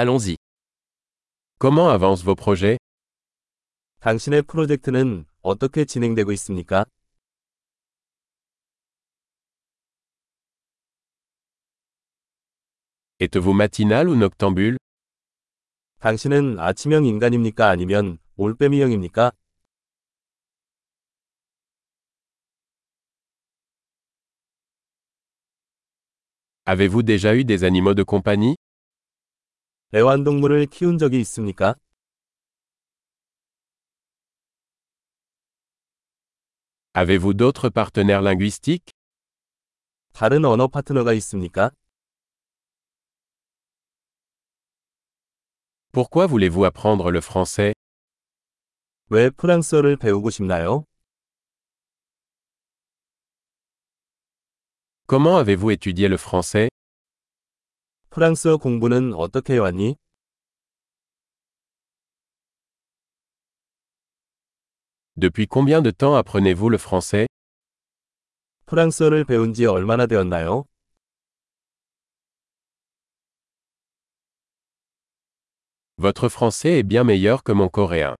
Allons-y. Comment avancent vos projets 당신의 프로젝트는 어떻게 진행되고 있습니까? Êtes-vous matinal ou noctambule 당신은 아침형 인간입니까? 아니면 올빼미형입니까? Avez-vous déjà eu des animaux de compagnie 애완동물을 키운 적이 있습니까? Avez-vous d'autres partenaires linguistiques 다른 언어 파트너가 있습니까? Pourquoi voulez-vous apprendre le français 왜 프랑스어를 배우고 싶나요? Comment avez-vous étudié le français 프랑스어 공부는 어떻게 해왔니? Depuis combien de temps apprenez-vous le français 프랑스어를 배운 지 얼마나 되었나요? Votre français est bien meilleur que mon coréen.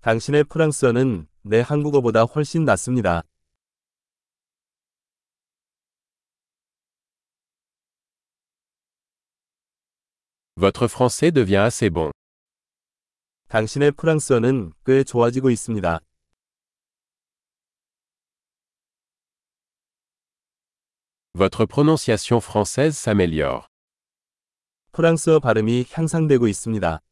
당신의 프랑스어는 내 한국어보다 훨씬 낫습니다. Votre français devient assez bon. 당신의 프랑스어는 꽤 좋아지고 있습니다. Votre prononciation française s'améliore. 프랑스어 발음이 향상되고 있습니다.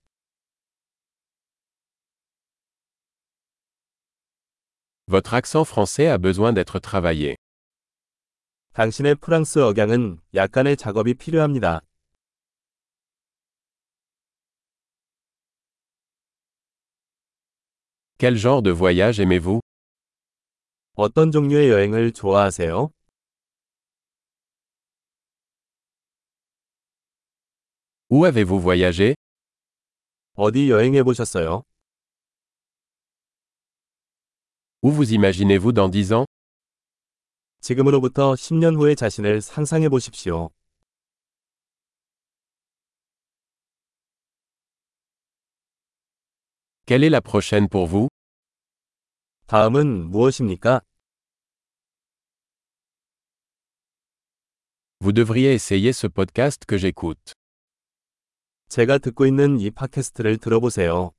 Votre accent français a besoin d'être travaillé. 당신의 프랑스 억양은 약간의 작업이 필요합니다. Quel genre de voyage aimez-vous 어떤 종류의 여행을 좋아하세요? Où avez-vous voyagé 어디 여행해 보셨어요? Où vous imaginez-vous dans 10 ans 지금으로부터 10년 후의 자신을 상상해 보십시오. Quelle est la prochaine pour vous 다음은 무엇입니까? Vous devriez essayer ce podcast que j'écoute. 제가 듣고 있는 이 팟캐스트를 들어보세요.